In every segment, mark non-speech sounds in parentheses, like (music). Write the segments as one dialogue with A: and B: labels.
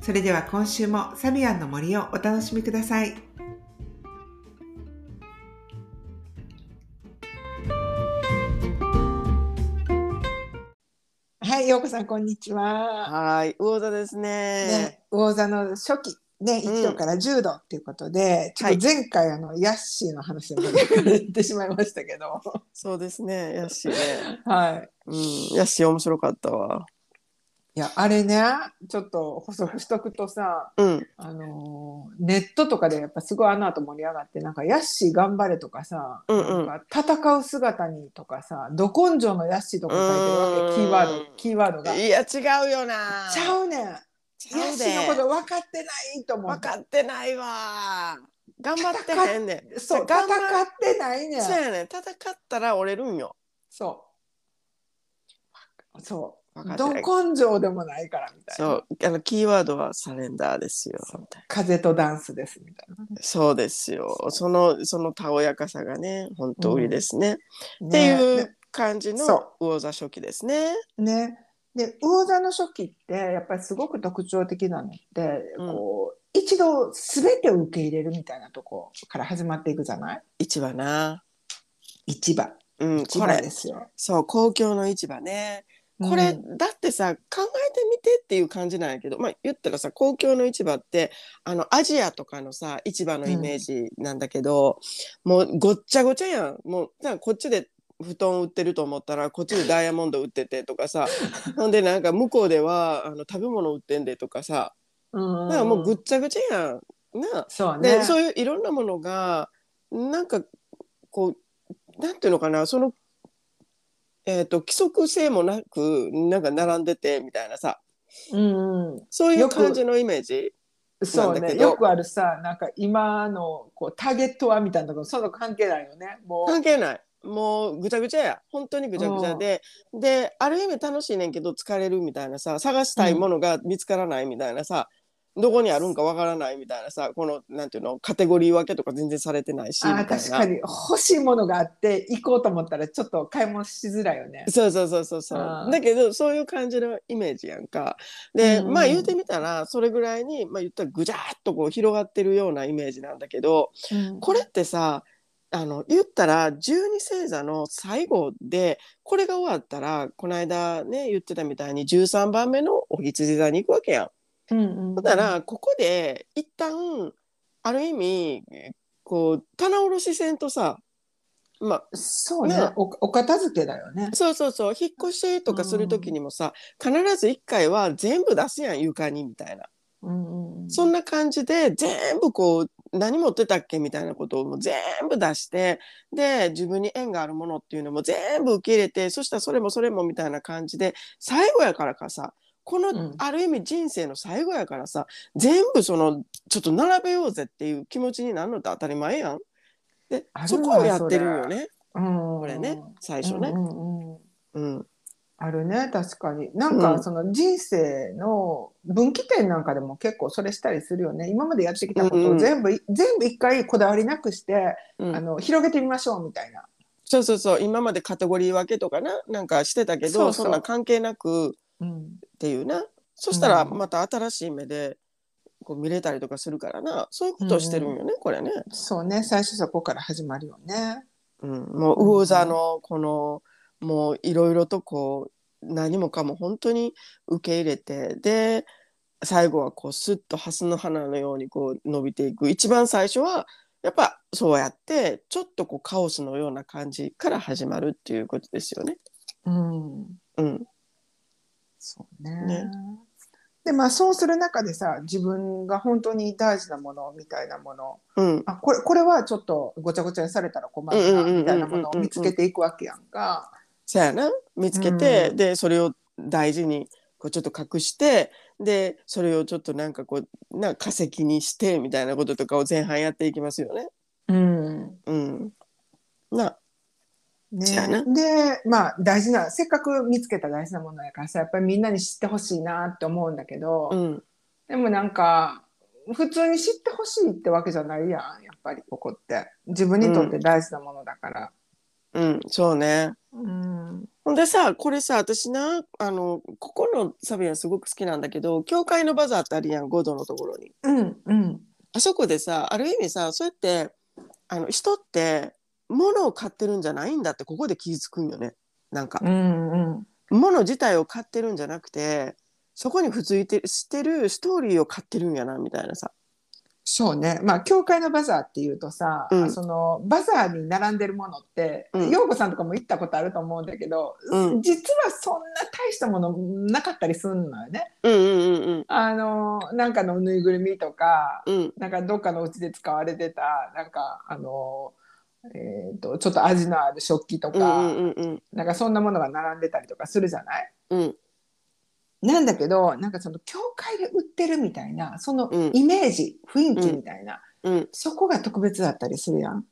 A: それでは今週もサビアンの森をお楽しみください。はい、ようこさんこんにちは。
B: はーい魚座ですね
A: ね、魚座の初期ね、
B: うん
A: 1度から10度っていうことで、ちょっと前回あのヤッシーの話に言って (laughs) しまいましたけど、
B: そうですねヤッシーね
A: はい。
B: (laughs) うんヤッシー面白かったわ
A: いや、あれね、ちょっと補足しとくとさ、
B: うん
A: あのーネットとかでやっぱすごいあの後盛り上がって、なんかヤッシー頑張れとかさ、
B: うんうん
A: なんか戦う姿にとかさ、ど根性のヤッシーとか書いてるわけ、
B: うん
A: キーワード、キーワードが。
B: いや違うよな
A: ちゃうねん。
B: ち
A: ヤ
B: ゃ
A: ッ
B: う
A: シーのこ
B: で
A: と分かってないと思う。
B: 分かってないわ頑張ってへんね (laughs) ん
A: そう、戦
B: 頑
A: っ
B: 張
A: てないねん。
B: そうやねん戦ったら折れるんよ
A: そう。そう
B: 分。かっ
A: ど
B: てない
A: 根性でもないからみたいな。
B: そうあのキーワードはサレンダーですよ
A: そう
B: みたいな
A: 風とダンスですみたい
B: そうですよそのそのたおやかさがね本当売りですね、
A: な。
B: ってい
A: ね
B: う感じの
A: そ
B: 魚座初期ですね。
A: ね。ねで魚座の初期ってやっぱりすごく特徴的なのって、
B: うん
A: こう一度全てを受け入れるみたいなとこから始まっていくじゃない
B: 市場な。
A: 一番
B: うん、
A: 一
B: こ
A: 番
B: れ
A: ですよ。
B: そう公共の市場ねこれ、
A: うん
B: だってさ考えてみてっていう感じなんやけど、まあ、言ったらさ公共の市場ってあのアジアとかのさ市場のイメージなんだけど、もうごっちゃごちゃやんもうさこっちで布団売ってると思ったらこっちでダイヤモンド売っててとか
A: (laughs)
B: さほんでなんか向こうではあの食べ物売ってんでとかさ
A: うん
B: だからもうぐっちゃぐちゃやん。なあ
A: そうね
B: でそういういろんなものがなんかこうなんていうのかなその、えー、と規則性もなくなんか並んでてみたいなさ
A: うんうん
B: そういう
A: よく
B: 感じのイメージ
A: そ
B: な
A: う
B: んだ
A: ね
B: けど
A: よくあるさなんか今のこうターゲットはみたいなとこその関係ないよねもう
B: 関係ないもうぐちゃぐちゃや本当にぐちゃぐちゃでである意味楽しいねんけど疲れるみたいなさ探したいものが見つからないみたいなさ、どこにあるんかわからないみたいなさこのなんていうのカテゴリー分けとか全然されてないしみ
A: あ
B: た
A: あ
B: いな
A: 確かに欲しいものがあって行こうと思ったらちょっと買い物しづらいよね。
B: そうそうそうそうそう
A: あー
B: だけどそういう感じのイメージやんかで、
A: うん
B: まあ言うてみたらそれぐらいに、まあ、言ったらぐじゃーっとこう広がってるようなイメージなんだけどこれってさあの言ったら十二星座の最後でこれが終わったらこの間ね言ってたみたいに13番目のお羊座に行くわけやん。
A: うんうん
B: ほんならここで一旦ある意味こう棚卸し線とさまあ
A: そうね
B: ね
A: おお片付けだよね。
B: そうそうそう引っ越しとかする時にもさ、必ず1回は全部出すやん床にみたいな、
A: うんうん、
B: そんな感じで全部こう何持ってたっけみたいなことをもう全部出してで自分に縁があるものっていうのも全部受け入れてそしたらそれもそれもみたいな感じで最後やからかさこの、
A: うん
B: ある意味人生の最後やからさ全部そのちょっと並べようぜっていう気持ちになるのって当たり前やん。で
A: ある
B: そ
A: わ
B: こをやってるよね
A: うん、
B: こ
A: こ
B: れね最初ね。
A: うんうん、
B: うん
A: あるね確かになんか、
B: うん
A: その人生の分岐点なんかでも結構それしたりするよね今までやってきたことを全部、全部一回こだわりなくして、
B: うん
A: あの広げてみましょうみたいな。
B: そうそうそう今までカテゴリー分けとかななんかしてたけどそ
A: そうそうん
B: な関係なくっ
A: うん
B: ていうなそしたら
A: うん
B: また新しい目でこう見れたりとかするからなそういうことをしてるんよね、これね、
A: そうね最初そこから始まるよね。
B: うん、もう魚座のこのもういろいろとこう何もかも本当に受け入れてで最後はこうスッとハスの花のようにこう伸びていく一番最初はやっぱそうやってちょっとこうカオスのような感じから始まるっていうことですよね。
A: うん
B: うん、
A: そうね
B: ね
A: でまあそうする中でさ自分が本当に大事なものみたいなもの
B: うん
A: あこれこれはちょっとごちゃごちゃにされたら困る
B: うんうんうん
A: な
B: うんうん
A: みたいなものを見つけていくわけやんか。
B: そやな見つけて、
A: うん
B: でそれを大事にこうちょっと隠してでそれをちょっとなんかこうなんか化石にしてみたいなこととかを前半やっていきますよね。
A: うん。
B: うん、な
A: ね
B: そうやな
A: で、まあ大事な、せっかく見つけた大事なものやからさ、やっぱりみんなに知ってほしいなって思うんだけど、
B: うん、
A: でもなんか、普通に知ってほしいってわけじゃないやん、やっぱりここって。自分にとって大事なものだから。
B: うん、そうね。
A: うん。
B: ほんでさこれさ私なあのここのサビアンすごく好きなんだけど教会のバザーってあるやん5度のところに。
A: うん。うん。
B: あそこでさある意味さそうやってあの人って物を買ってるんじゃないんだってここで気づくんよね。なんか
A: うん。うん。
B: 物自体を買ってるんじゃなくてそこに付随てしてるストーリーを買ってるんやなみたいなさ。
A: そうね。まあ、教会のバザーっていうとさ、
B: うん
A: その、バザーに並んでるものって、
B: うん
A: 陽子さんとかも行ったことあると思うんだけど、
B: うん
A: 実はそんな大したものなかったりすんのよね。
B: うんうんうん
A: あの、なんかのぬいぐるみとか、
B: うん
A: なんかどっかのうちで使われてた、なんか、あの、えっ、と、ちょっと味のある食器と
B: うんう
A: か、
B: んうん
A: なんかそんなものが並んでたりとかするじゃない
B: うん
A: なんだけど、なんかその、教会で売ってるみたいな、その
B: うん
A: イメージ、雰囲気みたいな。
B: うん
A: そこが特別だったりするやん。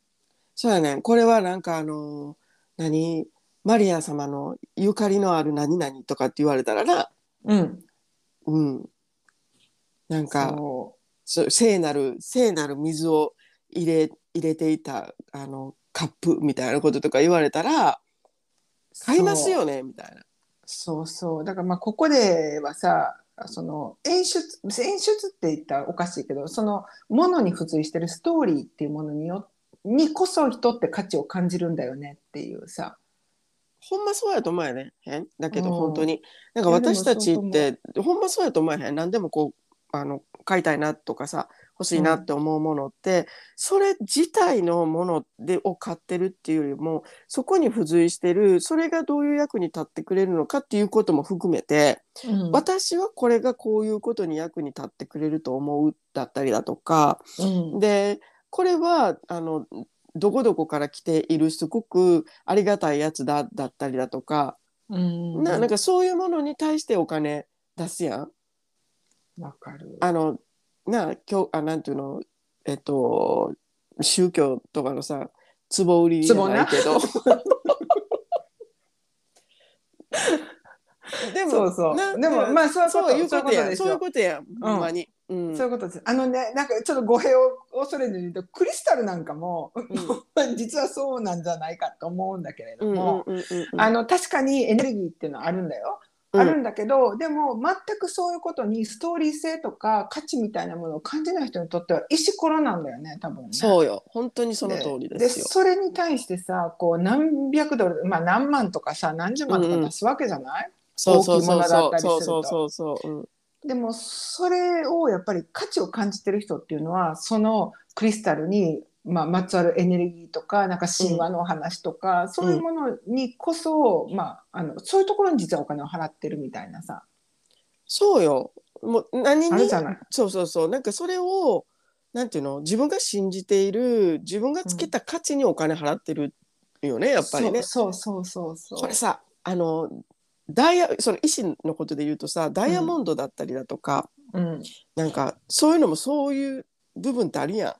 B: そうやねこれはなんかあの何マリア様のゆかりのある何々とかって言われたらな
A: うん。
B: うんなんか
A: そ
B: そう聖なる聖なる水を入れ入れていたあのカップみたいなこととか言われたら
A: う
B: 買います。よねみたいな。
A: そうそうそう。だからまあここではさ、その演出演出って言ったらおかしいけど、そのものに付随してるストーリーっていうものによにこそ人って価値を感じるんだよねっていうさ。
B: ほんまそうやと思うよね。へんだけど
A: うん
B: 本当に。なんか
A: いやでも
B: 私たち
A: そう
B: っ
A: と
B: てほんまそうやと思えへん。何でもこうあの買いたいなとかさ欲しいなって思うものって、それ自体のものでを買ってるっていうよりもそこに付随してるそれがどういう役に立ってくれるのかっていうことも含めて、
A: うん
B: 私はこれがこういうことに役に立ってくれると思うだったりだとか、
A: うん
B: でこれはあのどこどこから来ているすごくありがたいやつだだったりだとか、
A: うん
B: ななんかそういうものに対してお金出すやん。
A: わかる。
B: あのな今日あなんていうのえっと宗教とかのさ壺売りじゃないけど。でも
A: そうそう
B: な
A: でもまあそういうこ
B: そういうこ
A: と
B: とやん
A: そう
B: そう
A: い
B: いうう
A: こ
B: ことやん
A: うん
B: ほんまに。うん
A: そういうことです。あのね、なんかちょっと語弊を恐れずに言うと、クリスタルなんかも、 (laughs) 実はそうなんじゃないかと思うんだけれど
B: うんうん
A: も、
B: うんうんうん
A: あの確かにエネルギーっていうのはあるんだよ、
B: うん
A: あるんだけどでも全くそういうことにストーリー性とか価値みたいなものを感じない人にとっては石ころなんだよね多分ね。
B: そうよ本当にその通りですよ。
A: それに対してさこう何百ドル、まあ、何万とかさ何十万とか出すわけじゃない、
B: そうそうそうそう
A: 大きいものだったりする
B: そ
A: と
B: うそうそうそう。うん
A: でもそれをやっぱり価値を感じてる人っていうのはそのクリスタルに、まあ、まつわるエネルギーとかなんか神話のお話とか、そういうものにこそ、まあ、あのそういうところに実はお金を払ってるみたいなさ
B: そうよ。もう何
A: ある
B: に
A: じゃない。
B: そうそうそうなんかそれをなんていうの自分が信じている自分がつけた価値にお金払ってるよね、やっぱりね。
A: そうそうそうそ
B: こ
A: うそう
B: れ。さあのダイヤその医師のことで言うとさダイヤモンドだったりだとか、
A: うん。
B: なんかそういうのもそういう部分ってあるや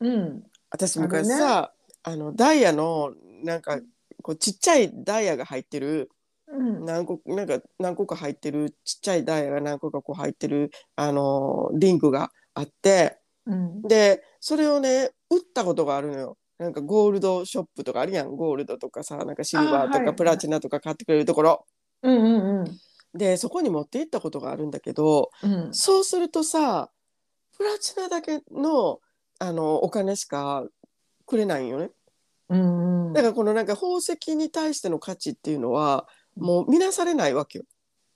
B: ん。
A: うん。
B: 私昔さあ、のダイヤのなんかこうちっちゃいダイヤが入ってる
A: うん。
B: 何個なんか何個か入ってるちっちゃいダイヤが何個かこう入ってるあのリングがあって
A: うん。
B: でそれをね打ったことがあるのよ。なんかゴールドショップとかあるやんゴールドとかさなんかシルバー
A: あー
B: と
A: は
B: か
A: い
B: プラチナとか買ってくれるところ、
A: うん。うん。
B: でそこに持って行ったことがあるんだけど
A: うん。
B: そうするとさプラチナだけのあのお金しかくれないんよね。
A: うん。うん
B: だ。からこのなんか宝石に対しての価値っていうのはもう見なされないわけよ。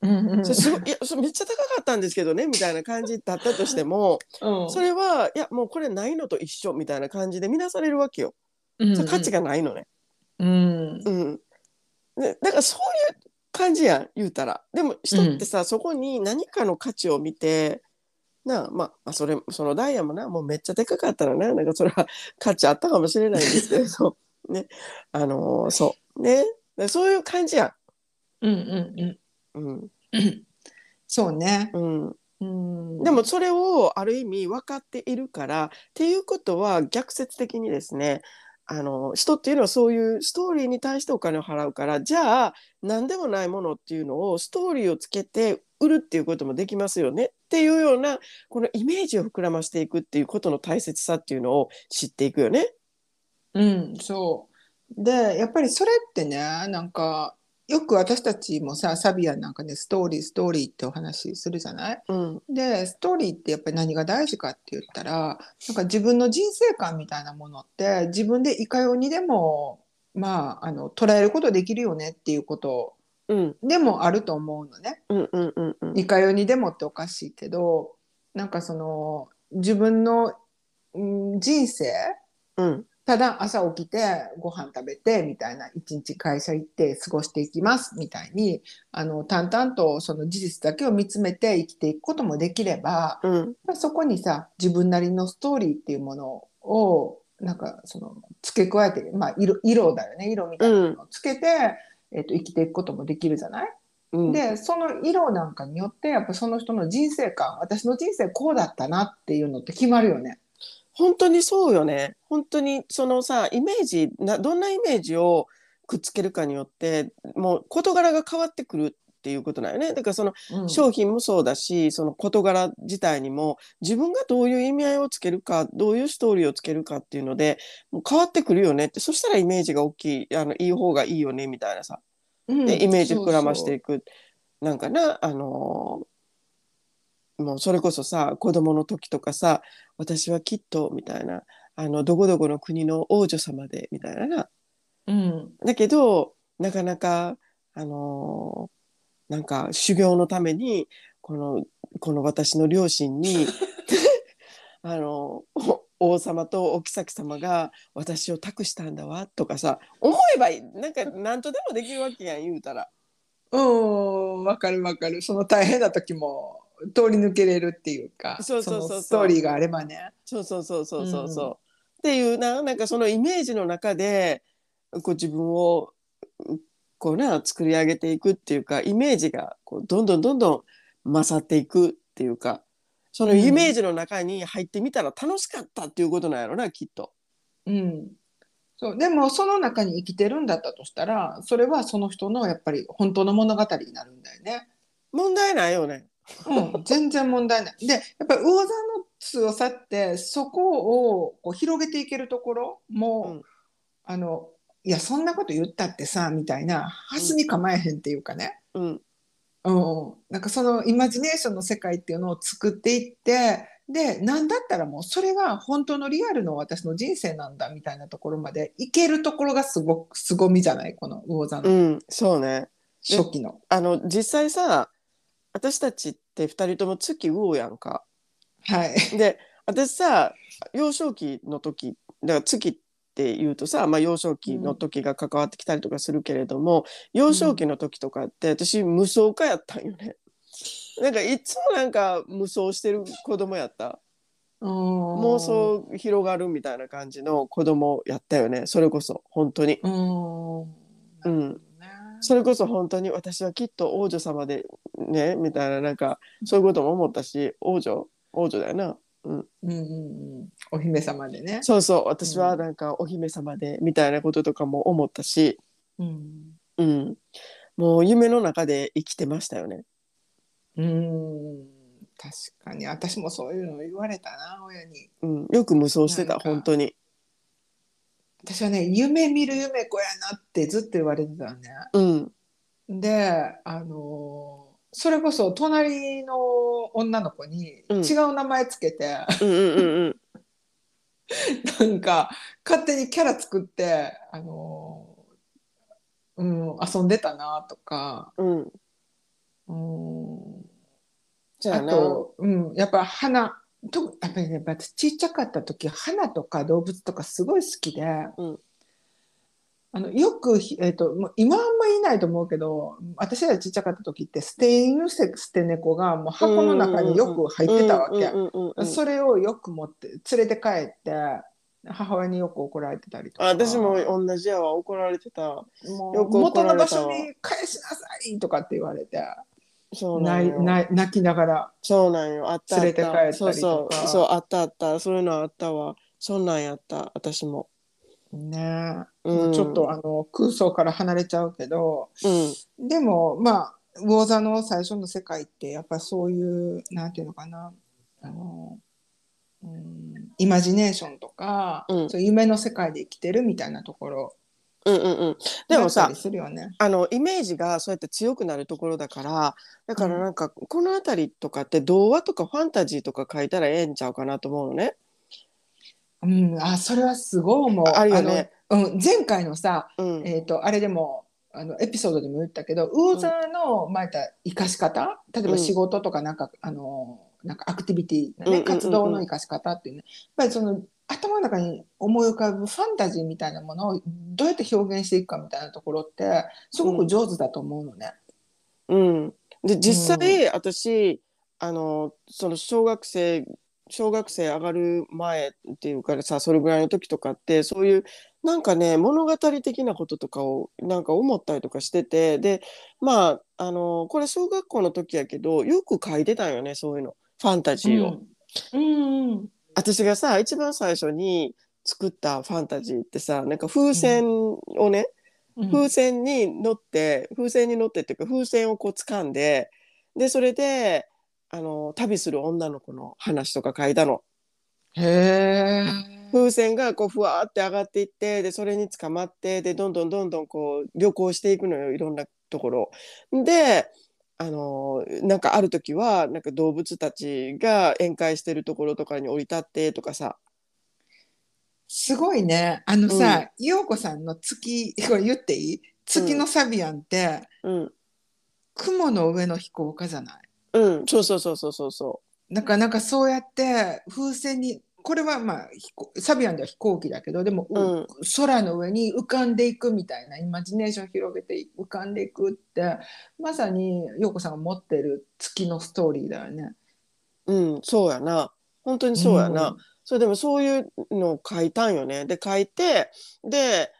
A: うん。うん。
B: それすごいいやそれめっちゃ高かったんですけどねみたいな感じだったとして
A: (laughs)
B: もそれはいやもうこれないのと一緒みたいな感じで見なされるわけよ。それ価値
A: が。
B: がないのね。
A: うん。
B: うん、でだからそういう感じやん言うたらでも人ってさ、そこに何かの価値を見てなあ、まあ、まあそれそのダイヤもなもうめっちゃでかかったらななんかそれは価値あったかもしれないんですけれどねあのーそうねでそういう感じや
A: うん。う
B: ん。う
A: ん。
B: ん
A: うん。そうね。
B: うん
A: うん
B: でもそれをある意味分かっているからっていうことは逆説的にですねあの人っていうのはそういうストーリーに対してお金を払うからじゃあ何でもないものっていうのをストーリーをつけて売るっていうこともできますよねっていうようなこのイメージを膨らましていくっていうことの大切さっていうのを知っていくよね。
A: うん、そう。で、やっぱりそれってね、なんか、よく私たちもさ、サビアンなんかね、ストーリー、ストーリーってお話しするじゃない
B: うん、
A: で、ストーリーってやっぱり何が大事かって言ったら、なんか自分の人生観みたいなものって、自分でいかようにでも、まあ、あの、捉えることできるよねっていうこと
B: うん、
A: でもあると思うのね。
B: うん、うん、うん、うん、
A: いかようにでもっておかしいけど、なんかその、自分の、うん、人生
B: うん、
A: ただ朝起きてご飯食べてみたいな一日会社行って過ごしていきますみたいにあの淡々とその事実だけを見つめて生きていくこともできれば
B: うん、
A: そこにさ自分なりのストーリーっていうものをなんかその付け加えて、まあ、色色だよね色みたいなのをつけて、えっと生きていくこともできるじゃない、
B: うん、
A: でその色なんかによってやっぱその人の人生観私の人生こうだったなっていうのって決まるよね。
B: 本当にそうよね本当にそのさイメージなどんなイメージをくっつけるかによってもう事柄が変わってくるっていうことだよねだからその
A: うん
B: 商品もそうだし、その事柄自体にも自分がどういう意味合いをつけるかどういうストーリーをつけるかっていうのでもう変わってくるよねってそしたらイメージが大きいあのいい方がいいよねみたいなさ
A: うん
B: でイメージ膨らまして
A: そう
B: いく、なんかなあのーもうそれこそさ子供の時とかさ私はきっとみたいなあのどこどこの国の王女様でみたいなな
A: そううん
B: だけどなかなかあのーなんか修行のためにこのこの私の両親
A: (laughs)
B: にあのお王様とお妃様が私を託したんだわとかさ思えばなんか何とでもできるわけやん言うたら。
A: うん、わかるわかる。その大変な時も通り抜けれるっていうか、
B: そうそうそうそう
A: のストーリーがあればね。
B: そうそうそうそうそうそう。
A: うん
B: っていうななんかそのイメージの中でこう自分をうこうな作り上げていくっていうかイメージがこうどんどんどんどん勝っていくっていうかそのイメージの中に入ってみたら楽しかったっていうことなんやろなきっと。
A: うん。そう、でもその中に生きてるんだったとしたら、それはその人のやっぱり本当の物語になるんだよね。
B: 問題ないよね。 (laughs)
A: うん、全然問題ない。で、やっぱり魚座の強さって、そこをこう広げていけるところも、
B: うん
A: あの、いや、そんなこと言ったってさ、みたいな、ハスに構えへんっていうかね。
B: うん
A: うん、なんかそのイマジネーションの世界っていうのを作っていってで何だったらもうそれが本当のリアルの私の人生なんだみたいなところまでいけるところがすごく凄みじゃないこの魚座
B: う
A: の
B: んそうね。
A: 初期の。
B: あの実際さ私たちって2人とも月魚やんか。
A: はい、
B: で私さ幼少期の時だから月っていうとさ、まあ、幼少期の時が関わってきたりとかするけれども、幼少期の時とかって私無双家やったんよ (laughs) ね。なんかいつもなんか無双してる子供やった妄
A: 妄
B: 想広がるみたいな感じの子供やったよねそれこそ本当に
A: うーん
B: うん
A: ね
B: それこそ本当に私はきっと王女様でねみたいななんかそういうことも思ったし王女王女だよな
A: うんうんうん、お姫様でね。
B: そうそう私はなんかお姫様でみたいなこととかも思ったし、
A: うん
B: うん、もう夢の中で生きてましたよね。
A: うん確かに私もそういうの言われたな親に。
B: うん、よく無双してた
A: なんか
B: 本当に。
A: 私はね夢見る夢子やなってずっと言われてたね。
B: うん
A: で、あのーそれこそ隣の女の子に
B: うん
A: 違う名前つけて、 (laughs)
B: うんうんうんうん
A: なんか勝手にキャラ作って、あのーうん、遊んでたなとか、
B: うん。
A: うん、
B: じゃあ
A: あ
B: な。
A: と、うん、やっぱ花とやっぱりね私ちっちゃかった時花とか動物とかすごい好きで、
B: うん
A: あのよくひ、えー、ともう今あんまりいないと思うけど私らちっちゃかった時って捨て犬捨て猫がもう箱の中によく入ってたわけ、
B: うんうんうんうん
A: それをよく持って連れて帰って母親によく怒られてたりとか
B: あ私も同じやわ怒られてた。
A: もう
B: よく怒
A: 元
B: ら
A: の
B: れ
A: 場
B: たわ
A: 所に返しなさいとかって言われて。
B: そうな
A: なんい
B: よ
A: ない泣きながら
B: そうなんよ。あったあった。
A: 連れて帰ったりと
B: そ
A: か
B: うそう。そう、あったあった。そういうのあったわ。そんなんやった、私も。
A: ね、
B: うん、
A: ちょっとあの空想から離れちゃうけど
B: うん。
A: でもまあウォーザの最初の世界ってやっぱそういうなんていうのかなあの、うん、イマジネーションとか、
B: うん
A: そう夢の世界で生きてるみたいなところ
B: うんうんうん。でも
A: だ
B: さ
A: ったり、するよね。
B: あのイメージがそうやって強くなるところだからだからなんかこの辺りとかって童話とかファンタジーとか書いたらええんちゃうかなと思うのね。
A: うん、あそれはすごい思う。
B: あるよね
A: あのうん、前回のさ、
B: うん、
A: えー、とあれでもあのエピソードでも言ったけどウーザーの、まあ、生かし方例えば仕事とかなんか、あのなんかアクティビティな、
B: うんうんうん
A: ね
B: うん
A: 活動の生かし方っていうねやっぱりその頭の中に思い浮かぶファンタジーみたいなものをどうやって表現していくかみたいなところってすごく上手だと思うのね。
B: うん、で実際私あのその小学生小学生上がる前っていうからさそれぐらいの時とかってそういうなんかね物語的なこととかをなんか思ったりとかしててでまああのこれ小学校の時やけどよく書いてたんよねそういうのファンタジーを。
A: うんうん
B: 私がさ一番最初に作ったファンタジーってさなんか風船をね、
A: うん
B: 風船に乗って風船に乗ってっていうか風船をこう掴んででそれであの旅する女の子の話とか書いたの。
A: へー
B: 風船がこうふわーって上がっていってでそれに捕まってでどんどんどんどんこう旅行していくのよいろんなところ。であのーなんかある時はなんか動物たちが宴会してるところとかに降り立ってとかさ
A: すごいね。あのさ、陽子さんの月、これ言っていい月のサビアンって、
B: うん
A: 雲の上の飛行家じゃない
B: うんそうそうそうそうそうそ
A: なんかなんかそうやって風船にこれはまあ飛行サビアンでは飛行機だけどでも、う
B: うん
A: 空の上に浮かんでいくみたいなイマジネーション広げて浮かんでいくってまさに陽子さんが持ってる月のストーリーだよね。
B: ううんそうやな本当にそうやな、それでもそういうのを書いたんよねで書いてで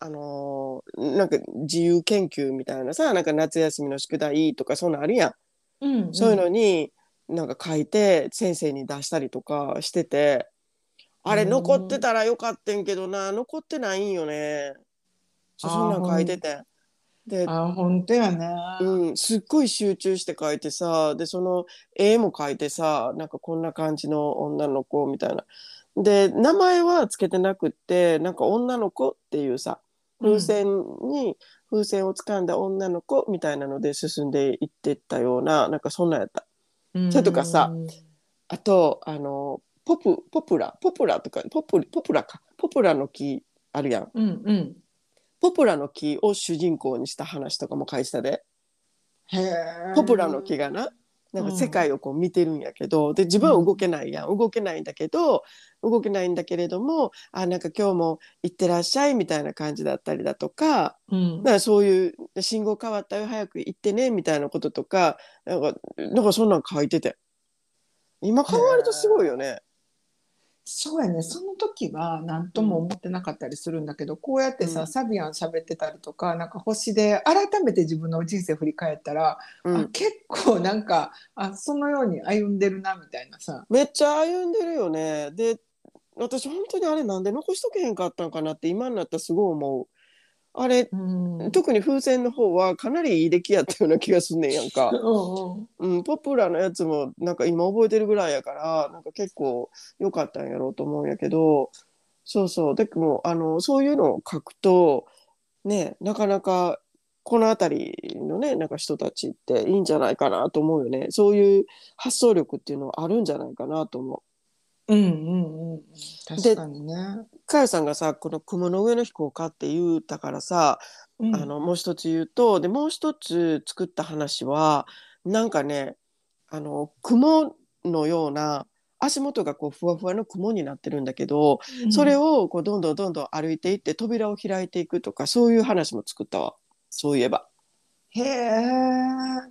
B: あのーなんか自由研究みたいなさなんか夏休みの宿題とかそんなんあるやん
A: うん。うん、
B: そういうのになんか書いて先生に出したりとかしてて、あれ
A: うん
B: 残ってたらよかってんけどな残ってないんよね。そう
A: あー
B: そんなん書いててん。で、
A: あ本当やね。
B: うん、すっごい集中して書いてさでその絵も書いてさなんかこんな感じの女の子みたいな。で名前はつけてなくってなんか女の子っていうさ風船に風船を掴んだ女の子みたいなので進んでいってったようななんかそんなんやった。
A: うん
B: それとかさあとあのポプポプラポプラとかポプポプラかポプラの木あるやん
A: うんうん。
B: ポプラの木を主人公にした話とかも書いてたで
A: へえ。
B: ポプラの木がななんか世界をこう見てるんやけど、で自分は動けないやん動けないんだけど動けないんだけれどもあなんか今日も行ってらっしゃいみたいな感じだったりだとか
A: うん
B: だからそういう信号変わったよ早く行ってねみたいなこととかなんかなんかそんなん書いてて今考えるとすごいよね。
A: そうやねその時は何とも思ってなかったりするんだけど、こうやってさ、
B: うん
A: サビアン喋ってたりとかなんか星で改めて自分の人生振り返ったら、
B: う
A: あ
B: ん、
A: 結構なんかあそのように歩んでるなみたいなさ
B: めっちゃ歩んでるよねで私本当にあれなんで残しとけへんかったんかなって今になったらすごい思うあれ
A: うんうん、
B: 特に風船の方はかなりいい出来やったような気がすんねんやんか
A: (laughs) うん
B: うん、ポプラのやつもなんか今覚えてるぐらいやからなんか結構良かったんやろうと思うんやけどそうそうでもあのそういうのを書くとねなかなかこの辺りのねなんか人たちっていいんじゃないかなと思うよねそういう発想力っていうのはあるんじゃないかなと思う。
A: うんうん確かにね、
B: かよさんがさこの「雲の上の飛行家」って言うたからさ、
A: うん
B: あのもう一つ言うとでもう一つ作った話はなんかねあの雲のような足元がこうふわふわの雲になってるんだけど、それをこうどんどんどんどん歩いていって扉を開いていくとかそういう話も作ったわそういえば。
A: へえ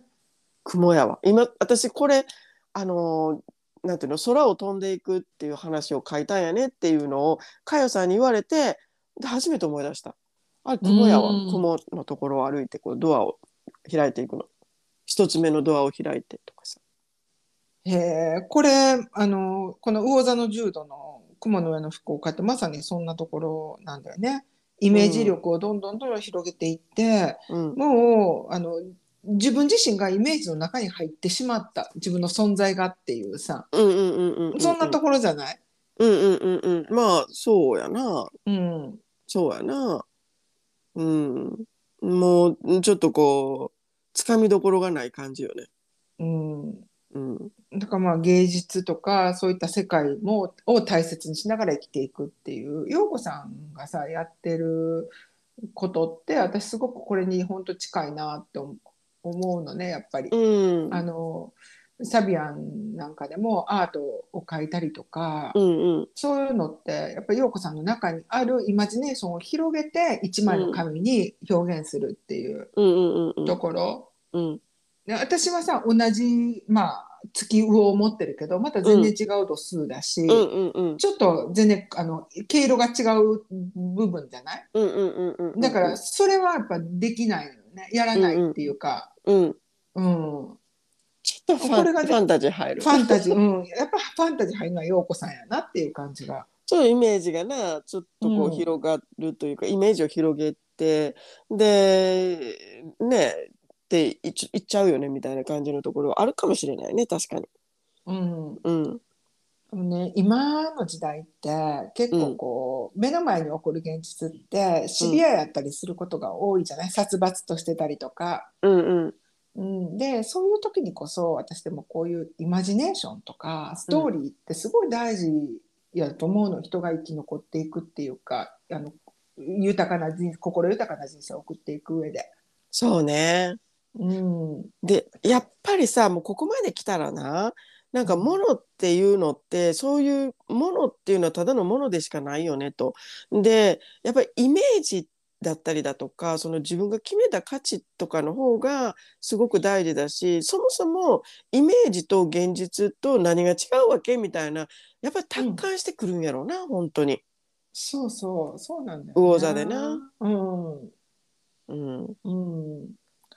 B: 雲やわ今私これあのーなんていうの空を飛んでいくっていう話を書いたんやねっていうのをかよさんに言われてで初めて思い出したあれ雲やわ
A: うん
B: 雲のところを歩いてこうドアを開いていくの一つ目のドアを開いてとかさ。
A: へえ、これ、あの、この魚座の重度の雲の上の福岡ってまさにそんなところなんだよね。イメージ力をどんどんどんどん広げていって、
B: うん。
A: もう、あの、自分自身がイメージの中に入ってしまった自分の存在がっていうさ、
B: うんうんうんうんうん。
A: そんなところじゃない、
B: うんうんうんうん。まあ、そうやな。
A: うん、
B: そうやな。うん。もう、ちょっとこう、つかみどころがない感じよね。
A: うん、
B: うん。
A: だからまあ芸術とかそういった世界もを大切にしながら生きていくっていう陽子さんがさやってることって私すごくこれに本当近いなって思う思うのねやっぱり。
B: うん。
A: あのサビアンなんかでもアートを描いたりとか、
B: うんうん。
A: そういうのってやっぱり陽子さんの中にあるイマジネーションを広げて一枚の紙に表現するっていう
B: うんうんうんうん。
A: ところ。
B: うん。
A: で私はさ同じ、まあ、月魚を持ってるけどまた全然違う度数だし、
B: うんうんうん。
A: ちょっと全然あの毛色が違う部分じゃない
B: うんうんうんうん。
A: だから、それはやっぱできないよねやらないっていうか、
B: うん。
A: うん
B: ちょっとフ
A: これ
B: ァ
A: が
B: ン
A: ね
B: ファンタジー入る。
A: ファン
B: (laughs)
A: タジー、うん、やっぱファンタジー入るのは陽子さんやなっていう感じが。
B: ちょっとイメージがなちょっとこ
A: う
B: う
A: ん
B: 広がるというか、イメージを広げてでねっていっちいっちゃうよねみたいな感じのところはあるかもしれないね確かに。
A: うん
B: うん
A: ね、今の時代って結構こう、目の前に起こる現実ってシビアやったりすることが多いじゃない、殺伐としてたりとか、
B: うんうん
A: うん、でそういう時にこそ私でもこういうイマジネーションとかストーリーってすごい大事やと思うの人が生き残っていくっていうかあの豊かな人心豊かな人生を送っていく上で。
B: そうね。
A: うん
B: でやっぱりさもうここまで来たらななんか物っていうのってそういう物っていうのはただの物でしかないよねと。でやっぱりイメージだったりだとかその自分が決めた価値とかの方がすごく大事だしそもそもイメージと現実と何が違うわけみたいなやっぱり達観してくるんやろうな、本当に。
A: そうそうそうなんだよ
B: 魚座でな。
A: うん
B: うん、
A: うん、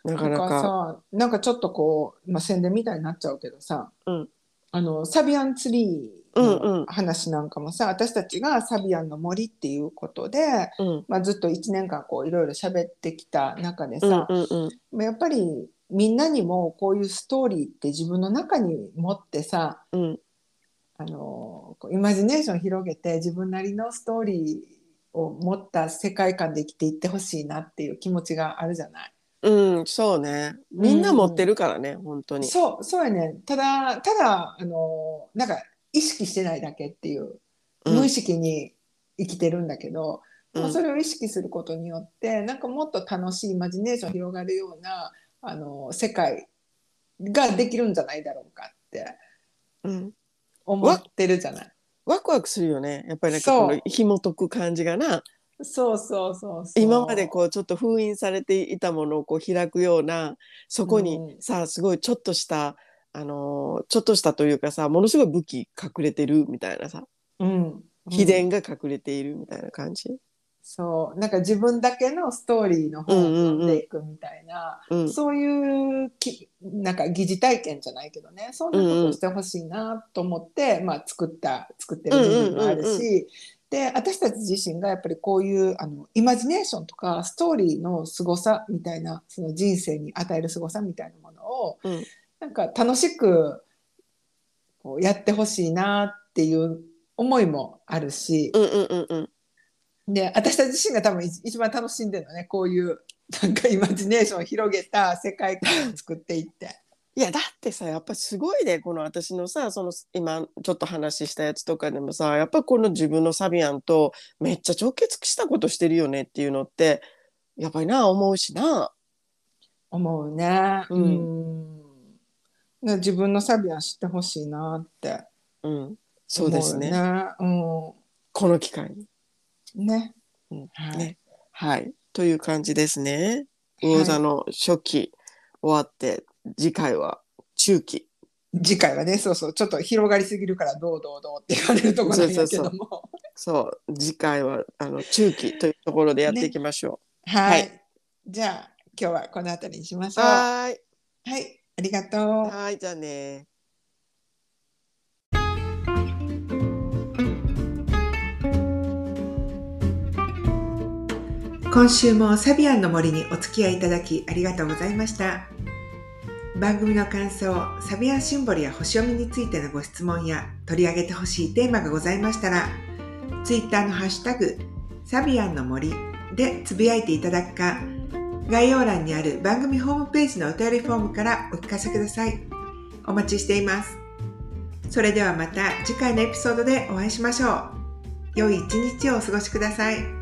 B: な
A: な
B: か
A: ん
B: な
A: か
B: か。
A: さなんかちょっとこう、まあ、宣伝みたいになっちゃうけどさ、
B: うん
A: あのサビアンツリ
B: う
A: ー
B: んう
A: の
B: ん
A: 話なんかもさ、私たちがサビアンの森っていうことで、
B: うん
A: まあ、ずっと1年間こういろいろ喋ってきた中で
B: うん
A: さ、
B: うんうん
A: まあやっぱりみんなにもこういうストーリーって自分の中に持ってさ
B: うん
A: あのこうイマジネーション広げて自分なりのストーリーを持った世界観で生きていってほしいなっていう気持ちがあるじゃない。
B: うん、そうね。みんな持ってるからね、本当に。
A: そう、そうやね。ただ、ただ、あの、なんか意識してないだけっていう、
B: うん
A: 無意識に生きてるんだけど、でも
B: うん
A: それを意識することによって、なんかもっと楽しいイマジネーション広がるような、あの、世界ができるんじゃないだろうかって
B: うん
A: 思ってるじゃない。
B: ワクワクするよね。やっぱりなんか
A: そう
B: この紐解く感じがな。
A: そうそうそうそう。
B: 今までこうちょっと封印されていたものをこう開くような、そこに
A: うん
B: さ、すごいちょっとした、あのーちょっとしたというかさ、ものすごい武器隠れてるみたいなさ、
A: うん、
B: 秘伝が隠れているみたいな感じ。
A: そう、なんか自分だけのストーリーの方を読んでいくみたいな。
B: うん。
A: そういうきなんか疑似体験じゃないけどねそんなことをしてほしいなと思って、まあ、作った作ってる部分もあるし、
B: うんうんうん
A: で私たち自身がやっぱりこういうあのイマジネーションとかストーリーの凄さみたいなその人生に与える凄さみたいなものを、
B: うん
A: なんか楽しくこうやってほしいなっていう思いもあるし、
B: うんうんうんうん。
A: で私たち自身が多分い一番楽しんでるのねこういうなんかイマジネーションを広げた世界観を作っていって。
B: いやだってさやっぱすごいねこの私のさその今ちょっと話したやつとかでもさやっぱこの自分のサビアンとめっちゃ直結したことしてるよねっていうのってやっぱりな思うしな。
A: 思うね。
B: う
A: うん。ね自分のサビは知ってほしいなって
B: うん、そ
A: 思
B: う
A: うよ
B: ですね
A: う
B: この機会に。
A: ん。ね。
B: うん
A: はい
B: ねはい、という感じですね。魚座の初期終わって次回は中期。
A: 次回はね、そうそう、ちょっと広がりすぎるから、どうどうどうって言われるところなんだけども。
B: そう次回はあの中期というところでやっていきましょ
A: はい、
B: は
A: じゃあ、今日はこの辺りにしまし
B: う。
A: ょう。は
B: はーい
A: い。ありがとう。
B: はい、じゃあね。
A: 今週もサビアンの森にお付き合いいただきありがとうございました番組の感想サビアンシンボルや星読みについてのご質問や取り上げてほしいテーマがございましたらツイッターのハッシュタグサビアンの森でつぶやいていただくか概要欄にある番組ホームページのお便りフォームからお聞かせくださいお待ちしていますそれではまた次回のエピソードでお会いしましょう良い一日をお過ごしください。